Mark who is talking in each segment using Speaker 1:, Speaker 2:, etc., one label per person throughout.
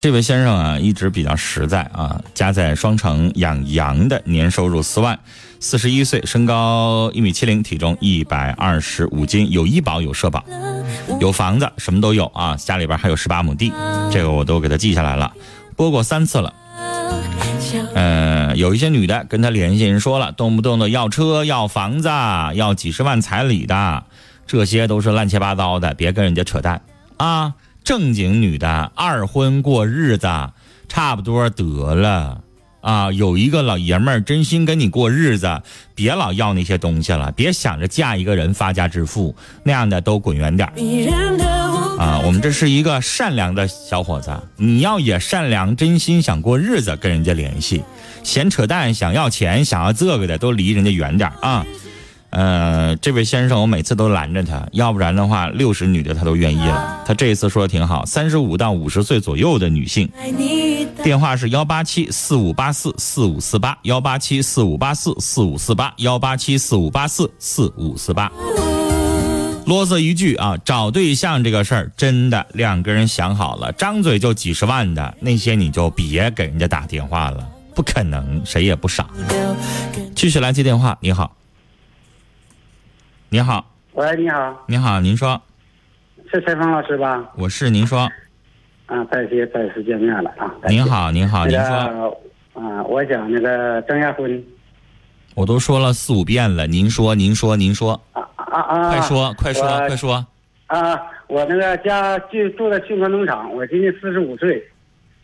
Speaker 1: 这位先生啊，一直比较实在啊，家在双城，养羊的，年收入四万，四十一岁，身高一米七零，体重一百二十五斤，有医保有社保，有房子，什么都有啊，家里边还有十八亩地，这个我都给他记下来了，播过三次了。呃，有一些女的跟他联系，人说了，动不动的要车、要房子、要几十万彩礼的，这些都是乱七八糟的，别跟人家扯淡啊！正经女的二婚过日子，差不多得了啊！有一个老爷们儿真心跟你过日子，别老要那些东西了，别想着嫁一个人发家致富，那样的都滚远点儿。啊，我们这是一个善良的小伙子，啊你要也善良，真心想过日子，跟人家联系，闲扯淡，想要钱，想要这个的，都离人家远点儿啊。呃，这位先生，我每次都拦着他，要不然的话，六十女的他都愿意了。他这一次说的挺好，三十五到五十岁左右的女性，电话是幺八七四五八四四五四八，幺八七四五八四四五四八，幺八七四五八四四五四八。啰嗦一句啊，找对象这个事儿，真的两个人想好了，张嘴就几十万的那些，你就别给人家打电话了，不可能，谁也不傻。继续来接电话，你好，你好，
Speaker 2: 喂，你好，
Speaker 1: 你好，您说，
Speaker 2: 是陈峰老师吧？
Speaker 1: 我是您说，
Speaker 2: 啊，再次再次见面了啊！
Speaker 1: 您好，您好，
Speaker 2: 那
Speaker 1: 您
Speaker 2: 个
Speaker 1: 说，
Speaker 2: 啊，我想那个征下婚
Speaker 1: 我都说了四五遍了，您说，您说，您说，
Speaker 2: 啊啊啊！
Speaker 1: 快说，快说，
Speaker 2: 我
Speaker 1: 快说，
Speaker 2: 啊！我那个家就住在汛川农场，我今年四十五岁，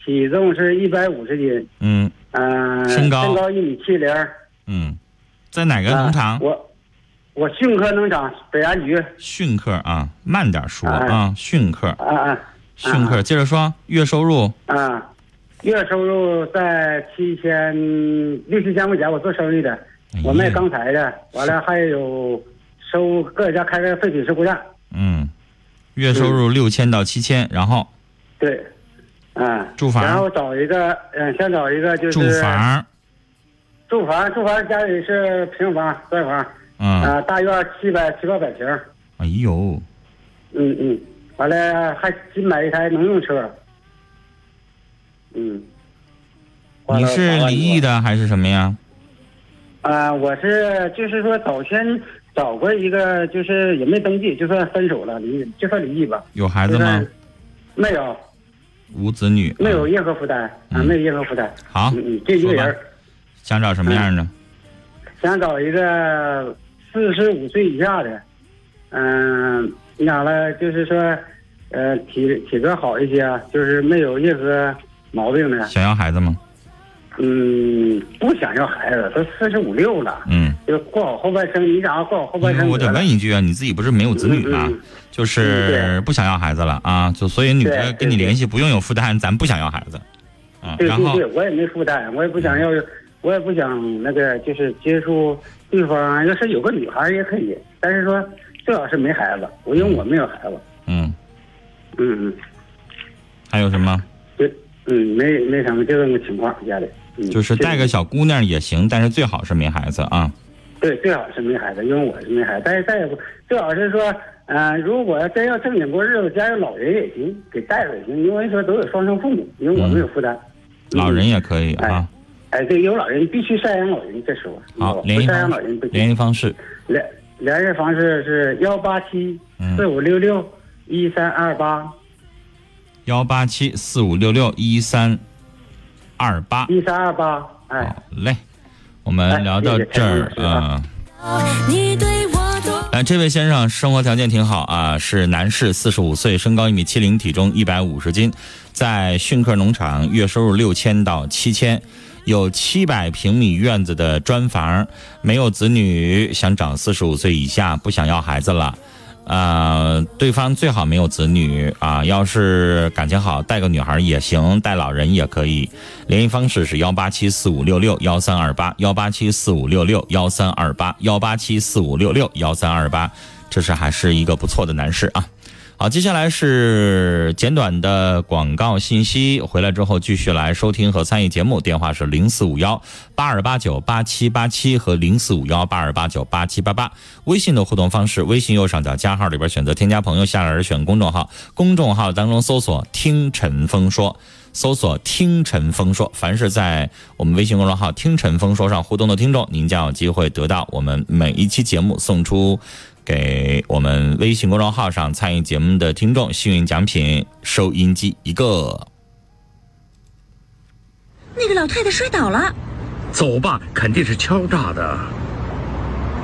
Speaker 2: 体重是一百五十斤，
Speaker 1: 嗯
Speaker 2: 嗯、
Speaker 1: 身高
Speaker 2: 身高一米七零。
Speaker 1: 嗯，在哪个农
Speaker 2: 啊
Speaker 1: 场？
Speaker 2: 我我汛科农场北安局
Speaker 1: 训课啊，慢点说
Speaker 2: 哎
Speaker 1: 啊，训课，
Speaker 2: 啊啊
Speaker 1: 训课，接着说，月收入。
Speaker 2: 啊，月收入在七千六七千块钱，我做生意的。
Speaker 1: 哎呀
Speaker 2: 我卖钢材的，完了还有收各家开个废品收购站，
Speaker 1: 嗯，月收入六千到七千，然后
Speaker 2: 对，嗯，
Speaker 1: 住房
Speaker 2: 然后找一个，嗯，想找一个就是
Speaker 1: 住房，
Speaker 2: 住房，住房家里是平房、砖房，啊、
Speaker 1: 嗯，
Speaker 2: 大院七百七八百平，
Speaker 1: 哎呦，
Speaker 2: 嗯嗯，完了还新买一台农用车，嗯，花
Speaker 1: 你
Speaker 2: 了
Speaker 1: 是
Speaker 2: 8万多
Speaker 1: 离异？的还是什么呀？
Speaker 2: 啊、我是就是说早先找过一个，就是也没登记，就算分手了，离就算离异吧，
Speaker 1: 有孩
Speaker 2: 就
Speaker 1: 子吗
Speaker 2: 算？没有。
Speaker 1: 无子女。
Speaker 2: 没有
Speaker 1: 嗯
Speaker 2: 任何负担啊，
Speaker 1: 嗯
Speaker 2: 没有任何负担。
Speaker 1: 好，
Speaker 2: 嗯嗯，就一个人
Speaker 1: 说
Speaker 2: 儿
Speaker 1: 吧，想找什么样的？
Speaker 2: 嗯想找一个四十五岁以下的，嗯、你咋了？就是说，呃，体体格好一些啊，就是没有任何毛病的。
Speaker 1: 想要孩子吗？
Speaker 2: 嗯，不想要孩子，都四十五六了，
Speaker 1: 嗯，
Speaker 2: 就过好后半生。你想要过好后半
Speaker 1: 因为
Speaker 2: 生
Speaker 1: 我
Speaker 2: 得
Speaker 1: 得
Speaker 2: 了？
Speaker 1: 问一句啊，你自己不是没有子女吗
Speaker 2: 嗯嗯？
Speaker 1: 就是不想要孩子了啊，就所以女的
Speaker 2: 对
Speaker 1: 跟你
Speaker 2: 对对
Speaker 1: 联系不用有负担，咱不想要孩子。啊，
Speaker 2: 对
Speaker 1: 然
Speaker 2: 对
Speaker 1: 后嗯
Speaker 2: 对，我也没负担，我也不想要，我也不想那个，就是接触对方。啊要是有个女孩也可以，但是说最好是没孩子，我因为我没有孩子。
Speaker 1: 嗯，
Speaker 2: 嗯嗯，
Speaker 1: 还有什么？
Speaker 2: 就嗯没没什么，就这么个情况家里。嗯、
Speaker 1: 就是带个小姑娘也行，但是最好是没孩子啊。
Speaker 2: 对，最好是没孩子，因为我是没孩子，但是再也不最好是说，嗯，如果要真要正经过日子，家里老人也行，给带着也行，因为说都有双生父母，因为我没有负担。
Speaker 1: 嗯老人也可以
Speaker 2: 哎
Speaker 1: 啊。
Speaker 2: 哎，对，有老人必须赡养老人，这时候
Speaker 1: 好，
Speaker 2: 我嗯哎不
Speaker 1: 联系
Speaker 2: 赡养
Speaker 1: 方
Speaker 2: 老人不行。
Speaker 1: 联系方式，
Speaker 2: 联联系方式是幺八七
Speaker 1: 嗯
Speaker 2: 四五六六一三二八
Speaker 1: 幺八七四五六六一三二八。
Speaker 2: 一三二八，哎
Speaker 1: 好，嘞，我们聊到这儿
Speaker 2: 嗯哎谢谢
Speaker 1: 啊。
Speaker 3: 你对我多
Speaker 1: 哎，这位先生生活条件挺好啊，是男士，四十五岁，身高一米七零，体重一百五十斤，在训克农场，月收入六千到七千，有七百平米院子的砖房，没有子女，想找四十五岁以下，不想要孩子了。呃，对方最好没有子女啊，要是感情好，带个女孩也行，带老人也可以。联系方式是幺八七四五六六幺三二八，幺八七四五六六幺三二八，幺八七四五六六幺三二八，这是还是一个不错的男士啊。好，接下来是简短的广告信息。回来之后继续来收听和参与节目，电话是零四五幺八二八九八七八七和零四五幺八二八九八七八八。微信的互动方式，微信右上角加号里边选择添加朋友，下栏儿选公众号，公众号当中搜索“听陈峰说”。搜索“听陈峰说”。凡是在我们微信公众号“听陈峰说”上互动的听众，您将有机会得到我们每一期节目送出给我们微信公众号上参与节目的听众幸运奖品收音机一个。
Speaker 4: 那个老太太摔倒了，
Speaker 5: 走吧，肯定是敲诈的。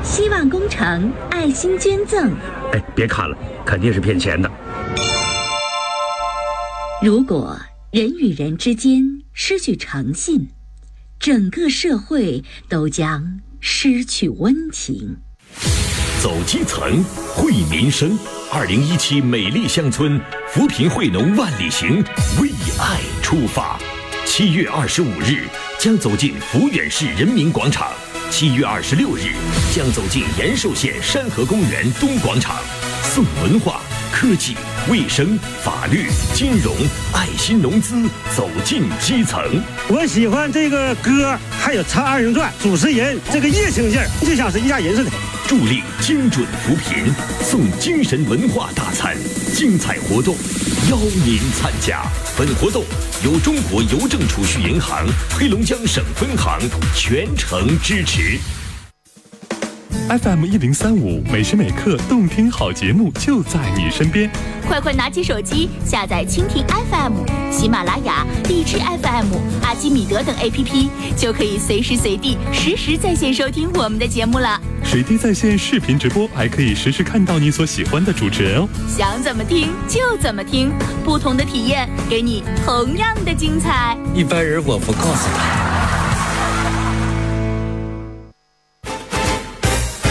Speaker 4: 希望工程嗯爱心捐赠。
Speaker 5: 哎，别看了，肯定是骗钱的。
Speaker 4: 如果人与人之间失去诚信，整个社会都将失去温情。
Speaker 6: 走基层，惠民生。二零一七美丽乡村扶贫惠农万里行，为爱出发。七月二十五日将走进抚远市人民广场，七月二十六日将走进延寿县山河公园东广场，送文化、科技、卫生、法律、金融、爱心融资走进基层。
Speaker 7: 我喜欢这个歌，还有唱二人转，主持人这个热情劲儿，就像是一家人似的。
Speaker 6: 助力精准扶贫，送精神文化大餐，精彩活动邀您参加。本活动由中国邮政储蓄银行黑龙江省分行全程支持。
Speaker 8: FM 一零三五，每时每刻动听好节目就在你身边。
Speaker 9: 快快拿起手机，下载蜻蜓 FM、喜马拉雅、荔枝 FM、阿基米德等 APP，就可以随时随地、实时在线收听我们的节目了。
Speaker 8: 水滴在线视频直播，还可以实时看到你所喜欢的主持人哦。
Speaker 9: 想怎么听就怎么听，不同的体验给你同样的精彩。
Speaker 10: 一般人我不告诉
Speaker 11: 他。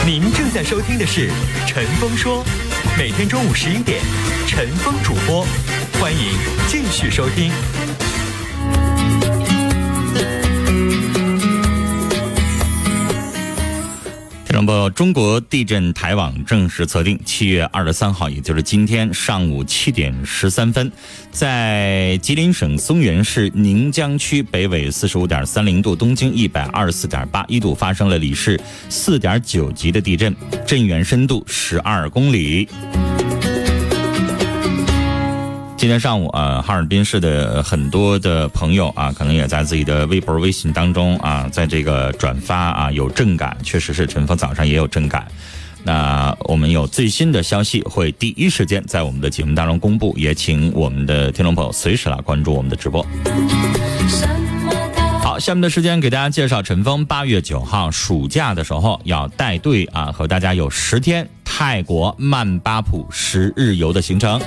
Speaker 11: 您正在收听的是《陈峰说》，每天中午十一点，陈峰主播，欢迎继续收听。
Speaker 1: 那么，中国地震台网正式测定，七月二十三号，也就是今天上午七点十三分，在吉林省松原市宁江区北纬四十五点三零度、东经一百二十四点八一度发生了里氏四点九级的地震，震源深度十二公里。今天上午啊，哈尔滨市的很多的朋友啊，可能也在自己的微博、微信当中啊，在这个转发啊，有震感，确实是陈峰早上也有震感。那我们有最新的消息会第一时间在我们的节目当中公布，也请我们的听众朋友随时来关注我们的直播。好，下面的时间给大家介绍陈峰八月九号暑假的时候要带队啊，和大家有十天泰国曼巴普十日游的行程。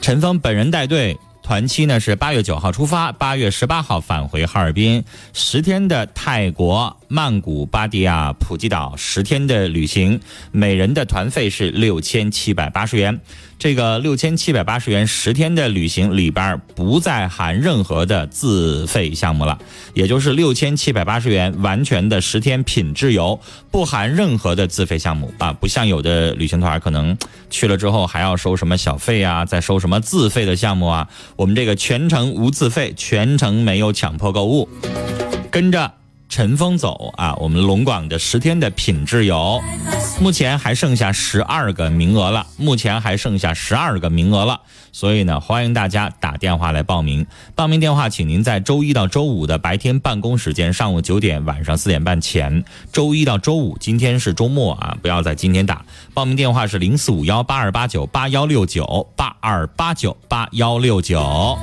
Speaker 1: 陈峰本人带队，团期呢是八月九号出发，八月十八号返回哈尔滨，十天的泰国曼谷、芭提雅、普吉岛十天的旅行，每人的团费是六千七百八十元。这个六千七百八十元十天的旅行里边不再含任何的自费项目了，也就是六千七百八十元完全的十天品质游，不含任何的自费项目啊，不像有的旅行团可能去了之后还要收什么小费啊，再收什么自费的项目啊，我们这个全程无自费，全程没有强迫购物，跟着。陈峰走啊！我们龙广的十天的品质游，目前还剩下十二个名额了，目前还剩下十二个名额了，所以呢，欢迎大家打电话来报名。报名电话，请您在周一到周五的白天办公时间，上午九点，晚上四点半前。周一到周五，今天是周末啊，不要在今天打。报名电话是零四五幺八二八九八幺六九八二八九八幺六九。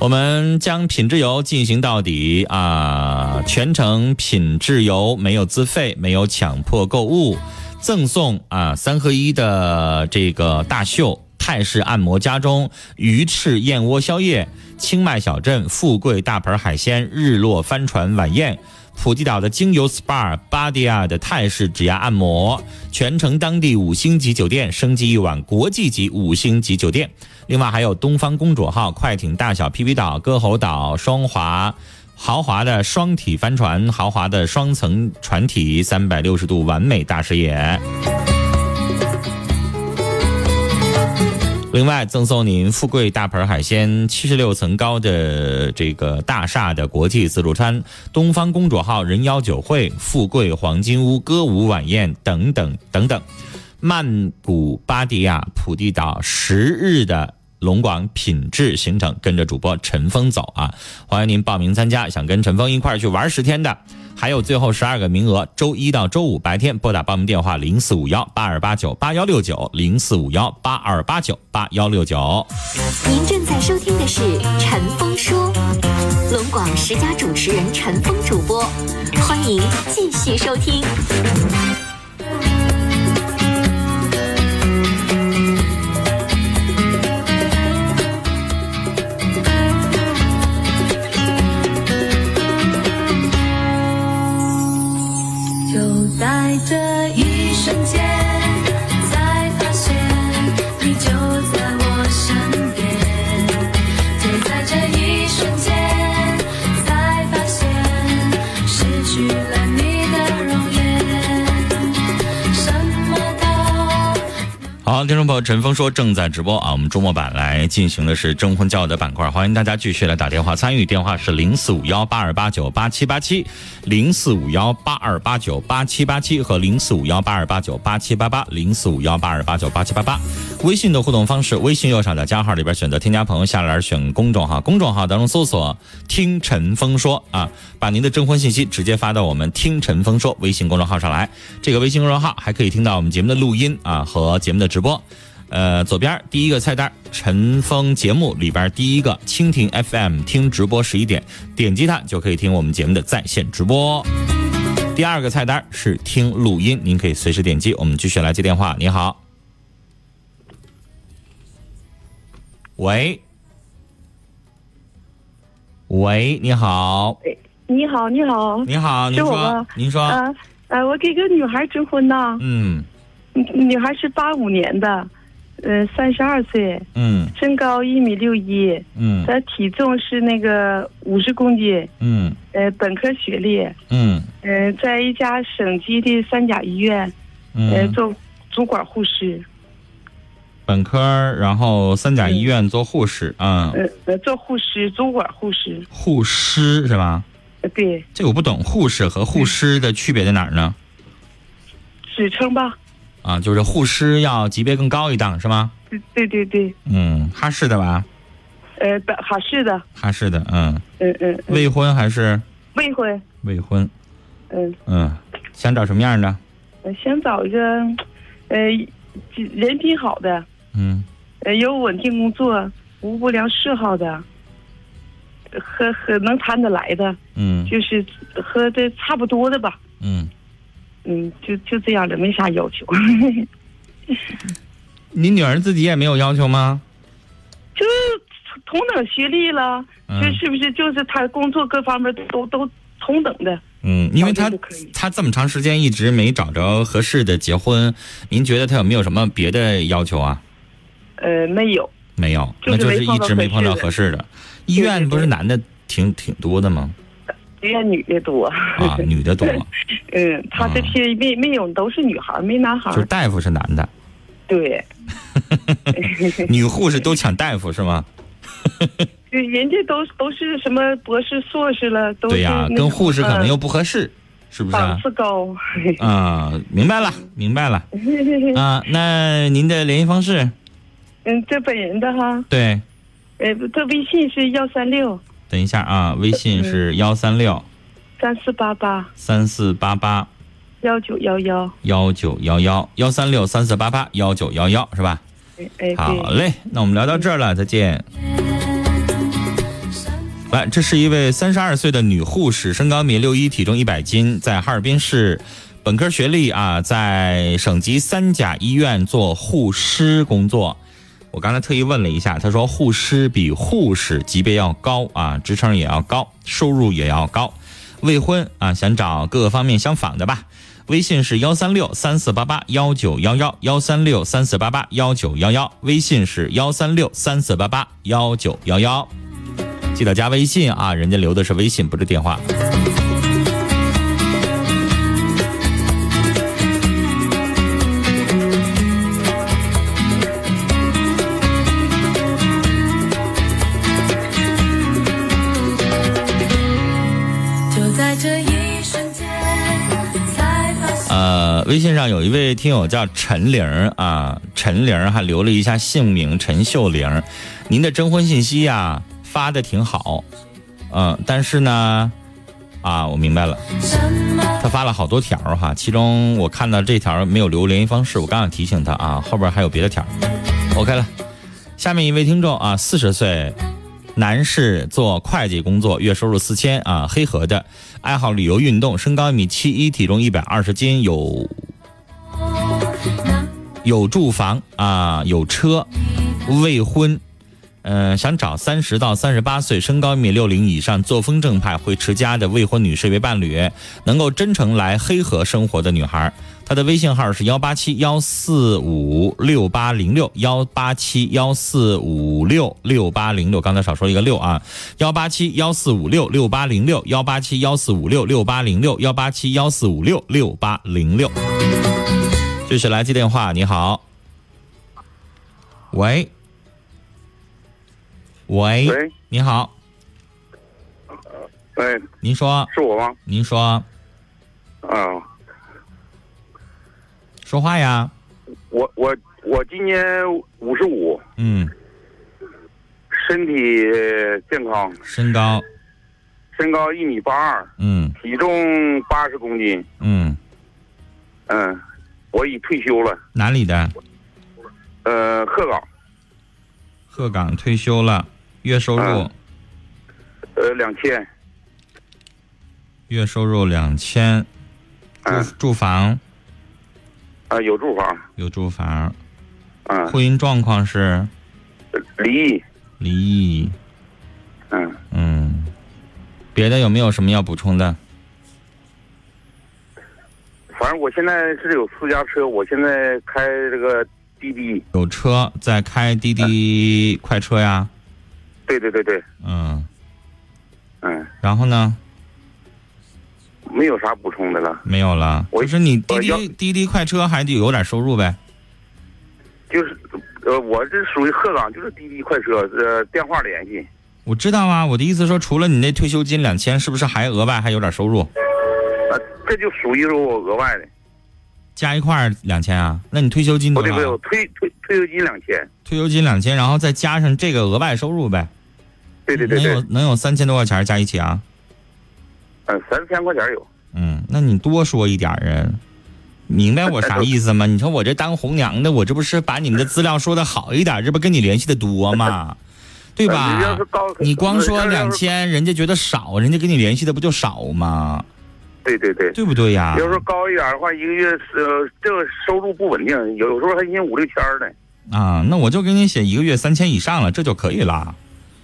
Speaker 1: 我们将品质游进行到底啊！全程品质游，没有自费，没有强迫购物，赠送啊三合一的这个大秀、泰式按摩家中、鱼翅燕窝宵夜、清迈小镇富贵大盆海鲜、日落帆船晚宴。普吉岛的精油 SPA、巴迪亚的泰式指压按摩，全程当地五星级酒店升级一晚国际级五星级酒店。另外还有东方公主号、快艇大小 PP 岛、歌喉岛、双华。豪华的双体帆船，豪华的双层船体，三百六十度完美大视野。另外赠送您富贵大盆海鲜七十六层高的这个大厦的国际自助餐，东方公主号人妖酒会、富贵黄金屋歌舞晚宴等等等等，曼谷、芭提雅、普吉岛十日的龙广品质行程，跟着主播陈峰走啊！欢迎您报名参加，想跟陈峰一块儿去玩十天的，还有最后十二个名额，周一到周五白天拨打报名电话零四五幺八二八九八幺六九零四五幺八二八九八幺六九。
Speaker 10: 您正在收听的是《陈峰说》，龙广十佳主持人陈峰主播，欢迎继续收听。
Speaker 3: 就在这一瞬间，才发现你就在我身边。就在这一瞬间，才发现失去了你的容颜，什么都。
Speaker 1: 好，听众朋友，陈峰说正在直播啊，我们周末版来进行的是征婚交友的板块，欢迎大家继续来打电话参与，电话是零四五幺八二八九八七八七，零四五幺八二八九八七八七和零四五幺八二八九八七八八，零四五幺八二八九八七八八。微信的互动方式，微信右上角加号里边选择添加朋友，下栏选公众号，公众号当中搜索“听陈峰说”啊，把您的征婚信息直接发到我们“听陈峰说”微信公众号上来。这个微信公众号还可以听到我们节目的录音啊和节目的直播。呃，左边第一个菜单“陈峰节目”里边第一个蜻蜓 FM 听直播十一点，点击它就可以听我们节目的在线直播。第二个菜单是听录音，您可以随时点击。我们继续来接电话。你好，喂，喂，你好，
Speaker 12: 你好，你好，
Speaker 1: 你好，您
Speaker 12: 是我
Speaker 1: 说
Speaker 12: 吗，？
Speaker 1: 您说，
Speaker 12: 呃，呃，我给个女孩征婚呢，
Speaker 1: 嗯
Speaker 12: 女孩是八五年的，呃，三十二岁，
Speaker 1: 嗯
Speaker 12: 身高一米六一，
Speaker 1: 嗯
Speaker 12: 她体重是那个五十公斤，
Speaker 1: 嗯
Speaker 12: 呃，本科学历，
Speaker 1: 嗯
Speaker 12: 呃，在一家省级的三甲医院，呃，
Speaker 1: 嗯，
Speaker 12: 做主管护士，
Speaker 1: 本科儿，然后三甲医院做护士，嗯，
Speaker 12: 呃，呃，做护士，主管护士，
Speaker 1: 护师是吧？
Speaker 12: 呃，对，
Speaker 1: 这我不懂，护士和护师的区别在哪儿呢？
Speaker 12: 职称吧，
Speaker 1: 啊，就是护师要级别更高一档是吗？
Speaker 12: 对对对对，
Speaker 1: 嗯，哈市的吧？
Speaker 12: 呃，本哈市的，
Speaker 1: 哈市的，嗯，
Speaker 12: 嗯嗯，嗯
Speaker 1: 未婚还是
Speaker 12: 未婚，
Speaker 1: 未婚？
Speaker 12: 嗯。
Speaker 1: 嗯，想找什么样的？
Speaker 12: 呃，想找一个，呃，人品好的，
Speaker 1: 嗯，
Speaker 12: 呃，有稳定工作、无不良嗜好的，和和能谈得来的，
Speaker 1: 嗯
Speaker 12: 就是和这差不多的吧。
Speaker 1: 嗯，
Speaker 12: 嗯，就就这样的，没啥要求。
Speaker 1: 你女儿自己也没有要求吗？
Speaker 12: 就是同等学历了，
Speaker 1: 嗯
Speaker 12: 就是不是就是他工作各方面都都同等的。
Speaker 1: 嗯，因为她
Speaker 12: 要求就可以
Speaker 1: 她这么长时间一直没找着合适的结婚，您觉得她有没有什么别的要求啊？
Speaker 12: 呃，没有，
Speaker 1: 没有，那
Speaker 12: 就是
Speaker 1: 就是
Speaker 12: 没碰
Speaker 1: 一
Speaker 12: 到
Speaker 1: 直没
Speaker 12: 合
Speaker 1: 碰到
Speaker 12: 适的
Speaker 1: 合适的。医院不是男的挺挺多的吗？
Speaker 12: 医院女的多。
Speaker 1: 啊，女的多，
Speaker 12: 嗯，他这批没没有都是女孩儿，没男孩儿。
Speaker 1: 啊就是大夫是男的，
Speaker 12: 对，
Speaker 1: 女护士都抢大夫是吗？
Speaker 12: 对，人家都都是什么博士、硕士了，都是
Speaker 1: 对呀、
Speaker 12: 那
Speaker 1: 跟
Speaker 12: 种
Speaker 1: 护士可能
Speaker 12: 呃
Speaker 1: 又不合适，是不是啊
Speaker 12: 档？次高。
Speaker 1: 啊、明白了，明白了。啊、那您的联系方式？
Speaker 12: 嗯，这本人的哈，
Speaker 1: 对，
Speaker 12: 呃，这微信是幺三六
Speaker 1: 等一下啊，微
Speaker 12: 嗯
Speaker 1: 信是幺三六
Speaker 12: 三四八八
Speaker 1: 三四八八
Speaker 12: 幺九幺幺。
Speaker 1: 幺九幺幺，幺三六三四八八幺九幺幺，是吧？
Speaker 12: 哎，对
Speaker 1: 好嘞，那我们聊到这儿了，再见。来，这是一位三十二岁的女护士，身高一米六一，体重一百斤，在哈尔滨市，本科学历啊，在省级三甲医院做护师工作。我刚才特意问了一下，她说护师比护士级别要高啊，职称也要高，收入也要高。未婚啊，想找各个方面相仿的吧。微信是幺三六三四八八幺九幺幺，幺三六三四八八幺九幺幺，微信是幺三六三四八八幺九幺幺，记得加微信啊，人家留的是微信，不是电话。
Speaker 3: 就在这一瞬间，才发现。
Speaker 1: 呃，微信上有一位听友叫陈玲儿啊，陈玲儿还留了一下姓名陈秀玲儿，您的征婚信息呀、发的挺好，嗯、但是呢，啊，我明白了，他发了好多条儿哈，其中我看到这条儿没有留联系方式，我刚想提醒他啊，后边还有别的条儿。OK 了，下面一位听众啊，四十岁，男士，做会计工作，月收入四千啊，黑河的，爱好旅游运动，身高一米七一，体重一百二十斤，有有住房啊，有车，未婚，嗯、想找三十到三十八岁，身高一米六零以上，作风正派，会持家的未婚女士为伴侣，能够真诚来黑河生活的女孩。她的微信号是幺八七幺四五六八零六幺八七幺四五六六八零六，刚才少说了一个六啊，幺八七幺四五六六八零六幺八七幺四五六六八零六幺八七幺四五六六八零六。这是来接电话，你好。喂，喂，
Speaker 13: 喂
Speaker 1: 你好，
Speaker 13: 哎，
Speaker 1: 您说，
Speaker 13: 是我吗？
Speaker 1: 您说，
Speaker 13: 啊，
Speaker 1: 说话呀，
Speaker 13: 我我我今年五十五，
Speaker 1: 嗯，
Speaker 13: 身体健康，
Speaker 1: 身高，
Speaker 13: 身高一米八二，
Speaker 1: 嗯
Speaker 13: 体重八十公斤，
Speaker 1: 嗯，
Speaker 13: 嗯，我已退休了，
Speaker 1: 哪里的？
Speaker 13: 呃，鹤岗，
Speaker 1: 鹤岗退休了，月收入、
Speaker 13: 嗯呃，两千，
Speaker 1: 月收入两千，住住房
Speaker 13: 嗯啊，有住房，
Speaker 1: 有住房，
Speaker 13: 嗯，
Speaker 1: 婚姻状况是
Speaker 13: 离异，
Speaker 1: 离异，
Speaker 13: 嗯
Speaker 1: 嗯，别的有没有什么要补充的？
Speaker 13: 反正我现在是有私家车，我现在开这个滴滴，
Speaker 1: 有车在开滴滴
Speaker 13: 嗯
Speaker 1: 快车呀，
Speaker 13: 对对对对，
Speaker 1: 嗯，
Speaker 13: 嗯，
Speaker 1: 然后呢？
Speaker 13: 没有啥补充的了，
Speaker 1: 没有了，就是你滴
Speaker 13: 我呃
Speaker 1: 滴滴滴快车还得有点收入呗。
Speaker 13: 就是呃，我这属于鹤岗，就是滴滴快车，呃，电话联系，
Speaker 1: 我知道啊，我的意思说，除了你那退休金两千，是不是还额外还有点收入？
Speaker 13: 啊，这就属于是我额外的，
Speaker 1: 加一块儿两千啊？那你退休金
Speaker 13: 不
Speaker 1: 多
Speaker 13: 对
Speaker 1: 少
Speaker 13: 不？对，我退退退休金两千，
Speaker 1: 退休金两千，然后再加上这个额外收入呗。
Speaker 13: 对对对
Speaker 1: 能
Speaker 13: 对
Speaker 1: 有，能有三千多块钱加一起啊？
Speaker 13: 嗯，三千块钱有，
Speaker 1: 嗯，那你多说一点儿啊，明白 我啥意思吗？你说我这当红娘的，我这不是把你们的资料说的好一点，这不跟你联系的多 吗？对
Speaker 13: 呃你要
Speaker 1: 吧
Speaker 13: 是高？
Speaker 1: 你光说
Speaker 13: 你要
Speaker 1: 两
Speaker 13: 是
Speaker 1: 千，人家觉得少，人家跟你联系的不就少吗？
Speaker 13: 对对对，
Speaker 1: 对不对呀？
Speaker 13: 要说高一点的话，一个月是、呃、这个收入不稳定，有时候还一年五六千儿呢，
Speaker 1: 啊，那我就给你写一个月三千以上了，这就可以了。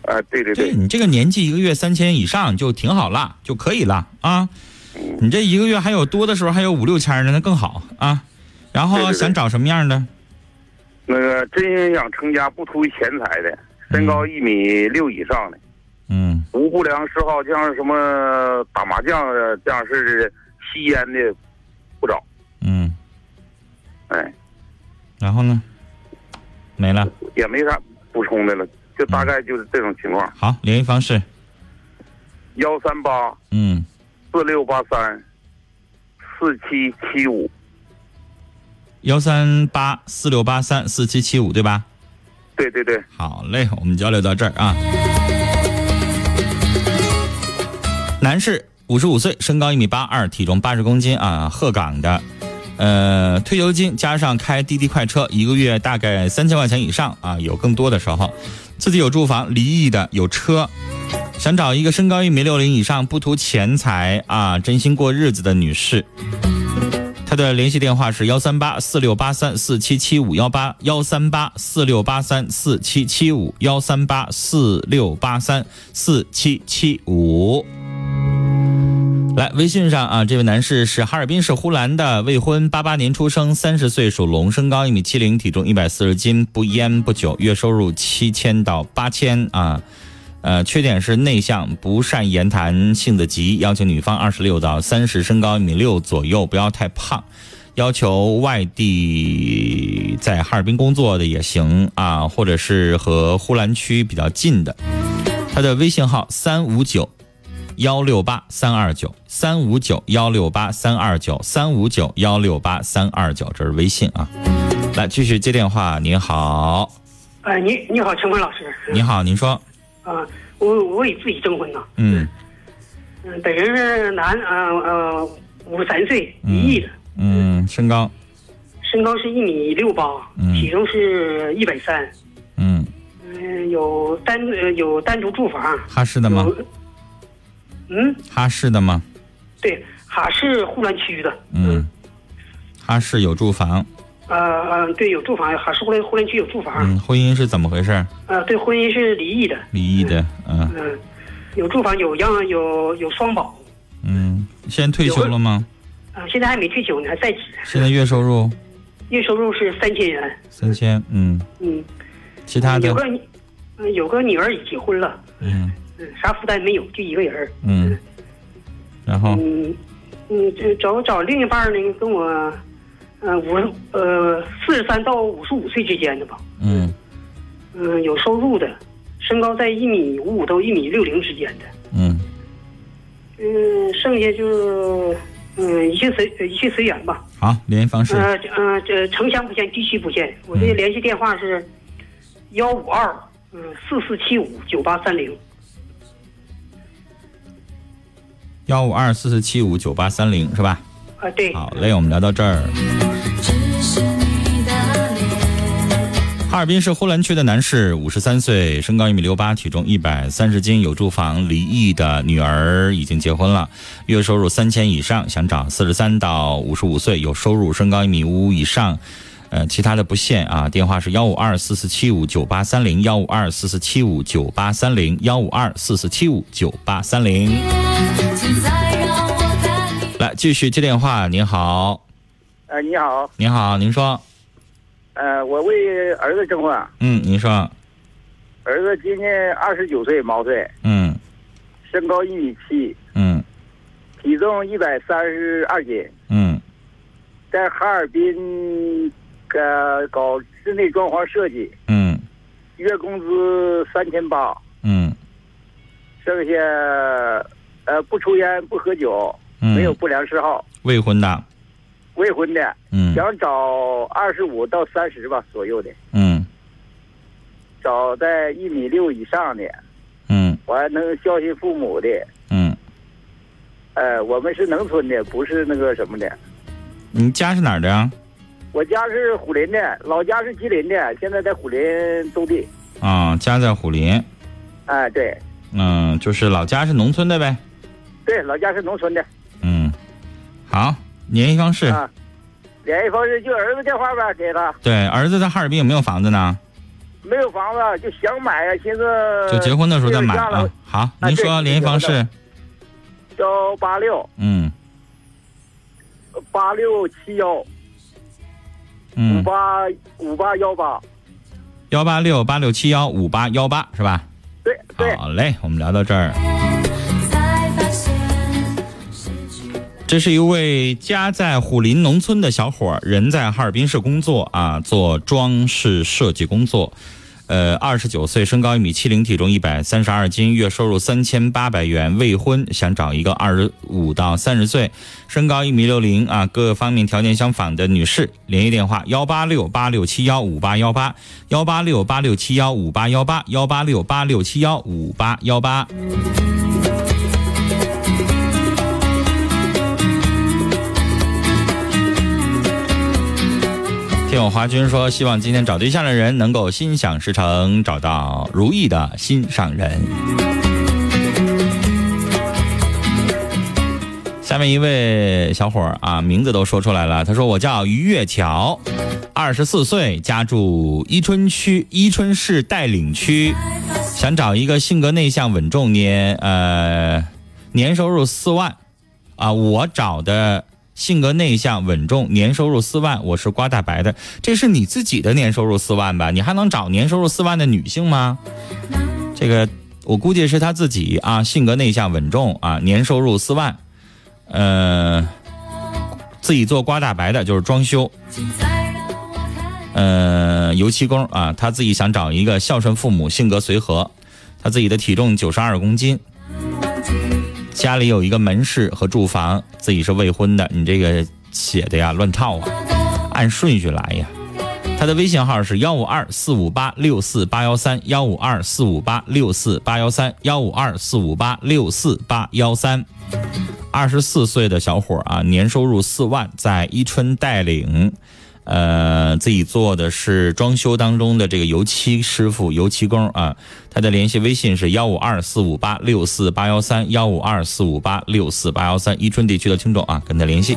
Speaker 13: 啊，对对
Speaker 1: 对你这个年纪，一个月三千以上就挺好了，就可以了啊。你这一个月还有多的时候还有五六千呢，那更好啊。然后想找什么样的？
Speaker 13: 那个真心想成家不图钱财的，身高一米六以上的，
Speaker 1: 嗯，
Speaker 13: 无不良嗜好，像什么打麻将的这样式的，吸烟的不找，
Speaker 1: 嗯，
Speaker 13: 哎，
Speaker 1: 然后呢？没了。
Speaker 13: 也没啥补充的了，就大概就是这种情况，
Speaker 1: 好，联系方式，
Speaker 13: 幺三八
Speaker 1: 嗯，
Speaker 13: 四六八三四七七五，
Speaker 1: 幺三八四六八三四七七五，对吧？
Speaker 13: 对对对，
Speaker 1: 好嘞，我们交流到这儿啊。男士，五十五岁，身高一米八二，体重八十公斤啊，鹤岗的。呃，退休金加上开滴滴快车，一个月大概三千块钱以上啊，有更多的时候。自己有住房，离异的有车，想找一个身高一米六零以上，不图钱财啊，真心过日子的女士。他的联系电话是幺三八四六八三四七七五幺八幺三八四六八三四七七五幺三八四六八三四七七五。来，微信上啊，这位男士是哈尔滨市呼兰的，未婚，八八年出生，三十岁，属龙，身高一米七零，体重一百四十斤，不烟不酒，月收入七千到八千啊。呃，缺点是内向，不善言谈，性子急，要求女方二十六到三十，身高一米六左右，不要太胖。要求外地在哈尔滨工作的也行啊，或者是和呼兰区比较近的。他的微信号三五九幺六八三二九，三五九幺六八三二九，三五九幺六八三二九，这是微信啊。来，继续接电话。您好，
Speaker 12: 哎，你你好，陈坤老师
Speaker 1: 你好，您说，
Speaker 12: 啊，我我也自己征婚呢，
Speaker 1: 嗯
Speaker 12: 嗯，本人是男，啊呃，五十三岁，离异的，
Speaker 1: 嗯，身高，
Speaker 12: 身高是一米六八，
Speaker 1: 嗯
Speaker 12: 体重是一百三，
Speaker 1: 嗯，
Speaker 12: 嗯，有单呃有单独住房，
Speaker 1: 哈市的吗？
Speaker 12: 嗯，
Speaker 1: 哈市的吗？
Speaker 12: 对，哈市呼兰区的，
Speaker 1: 嗯，哈市有住房，
Speaker 12: 呃呃，对，有住房，哈市呼兰呼兰区有住房，
Speaker 1: 嗯，婚姻是怎么回事？
Speaker 12: 呃，对，婚姻是离异的，
Speaker 1: 离异的，嗯
Speaker 12: 嗯，有住房，有样有有双保，
Speaker 1: 嗯，现在退休了吗？
Speaker 12: 啊、现在还没退休呢，还在职，
Speaker 1: 现在月收入
Speaker 12: 月收入是三千元，
Speaker 1: 三千，嗯，
Speaker 12: 嗯。
Speaker 1: 其他的
Speaker 12: 有，个女，嗯有个女儿已结婚了，
Speaker 1: 嗯
Speaker 12: 嗯，啥负担没有，就一个人儿。
Speaker 1: 嗯，然后
Speaker 12: 嗯嗯，这找找另一半儿呢，跟我，呃，五呃四十三到五十五岁之间的吧。
Speaker 1: 嗯
Speaker 12: 嗯、有收入的，身高在一米五五到一米六零之间的。
Speaker 1: 嗯
Speaker 12: 嗯，剩下就是嗯一切随呃一切随缘吧。
Speaker 1: 好，联系方式
Speaker 12: 呃呃，这城乡不限，地区不限。我这联系电话是幺五二嗯四四七五九八三零。
Speaker 1: 幺五二四四七五九八三零是吧？
Speaker 12: 啊，对。
Speaker 1: 好嘞，我们聊到这儿。哈尔滨市呼兰区的男士，五十三岁，身高一米六八，体重一百三十斤，有住房，离异的女儿已经结婚了，月收入三千以上，想找四十三到五十五岁，有收入，身高一米五五以上。呃，其他的不限啊，电话是幺五二四四七五九八三零，幺五二四四七五九八三零，幺五二四四七五九八三零。
Speaker 14: 请再让我看你。
Speaker 1: 来，继续接电话。您好，
Speaker 13: 呃，你好，
Speaker 1: 您好，您说，
Speaker 13: 呃，我为儿子征婚，啊
Speaker 1: 嗯，您说，
Speaker 13: 儿子今年二十九岁毛岁，
Speaker 1: 嗯
Speaker 13: 身高一米七，
Speaker 1: 嗯
Speaker 13: 体重一百三十二斤，
Speaker 1: 嗯
Speaker 13: 在哈尔滨呃搞室内装潢设计，
Speaker 1: 嗯
Speaker 13: 月工资三千八，
Speaker 1: 嗯
Speaker 13: 剩下呃不抽烟不喝酒，
Speaker 1: 嗯
Speaker 13: 没有不良嗜好，
Speaker 1: 未婚的，
Speaker 13: 未婚的，
Speaker 1: 嗯
Speaker 13: 想找二十五到三十吧左右的，
Speaker 1: 嗯
Speaker 13: 找在一米六以上的，
Speaker 1: 嗯
Speaker 13: 我还能孝心父母的。
Speaker 1: 嗯，
Speaker 13: 呃，我们是农村的，不是那个什么的。
Speaker 1: 你家是哪儿的呀？
Speaker 13: 我家是虎林的，老家是吉林的，现在在虎林种地。
Speaker 1: 啊，家在虎林，
Speaker 13: 哎、对
Speaker 1: 嗯、就是老家是农村的呗。
Speaker 13: 对，老家是农村的。
Speaker 1: 嗯，好，联系方 式，
Speaker 13: 啊，联系方式就儿子电话呗，给他。
Speaker 1: 对，儿子在哈尔滨有没有房子呢？
Speaker 13: 没有房子就想买呀，寻思
Speaker 1: 就结婚的时候再买
Speaker 13: 岁数大
Speaker 1: 啊
Speaker 13: 了。
Speaker 1: 好，
Speaker 13: 啊
Speaker 1: 您
Speaker 13: 对
Speaker 1: 说联系方
Speaker 13: 结婚
Speaker 1: 式，
Speaker 13: 幺八六
Speaker 1: 嗯
Speaker 13: 八六七幺五
Speaker 1: 嗯，
Speaker 13: 八五八幺八。
Speaker 1: 幺八六八六七幺五八幺八是吧？
Speaker 13: 对
Speaker 1: 对。好嘞，我们聊到这儿。
Speaker 14: 才发现
Speaker 1: 这是一位家在虎林农村的小伙儿，人在哈尔滨市工作啊，做装饰设计工作。呃，二十九岁，身高一米七零，体重一百三十二斤，月收入三千八百元，未婚，想找一个二十五到三十岁，身高一米六零啊，各方面条件相仿的女士。联系电话：幺八六八六七幺五八幺八，幺八六八六七幺五八幺八，幺八六八六七幺五八幺八。听友华军说，希望今天找对象的人能够心想事成，找到如意的心上人。下面一位小伙儿啊，名字都说出来了，他说我叫于月桥，二十四岁，家住伊春区伊春市带岭区，想找一个性格内向、稳重年呃年收入四万，啊，我找的性格内向、稳重，年收入四万，我是刮大白的。这是你自己的年收入四万吧？你还能找年收入四万的女性吗？这个我估计是他自己啊，性格内向、稳重啊，年收入四万，呃，自己做刮大白的，就是装修，呃，油漆工啊，他自己想找一个孝顺父母、性格随和，他自己的体重九十二公斤。家里有一个门市和住房，自己是未婚的，你这个写的呀乱套啊，按顺序来呀。他的微信号是幺五二四五八六四八幺三，幺五二四五八六四八幺三，幺五二四五八六四八幺三。二十四岁的小伙儿啊，年收入四万，在伊春带领，呃，自己做的是装修当中的这个油漆师傅、油漆工啊。他的联系微信是幺五二四五八六四八幺三，幺五二四五八六四八幺三，伊春地区的听众啊，跟他联系。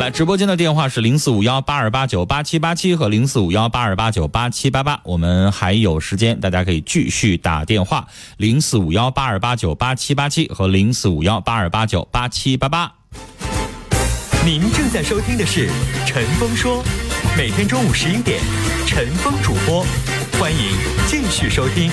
Speaker 1: 来，直播间的电话是零四五幺八二八九八七八七和零四五幺八二八九八七八八，我们还有时间，大家可以继续打电话零四五幺八二八九八七八七和零四五幺八二八九八七八八。
Speaker 11: 您正在收听的是《陈峰说》，每天中午十一点，陈峰主播，欢迎继续收听。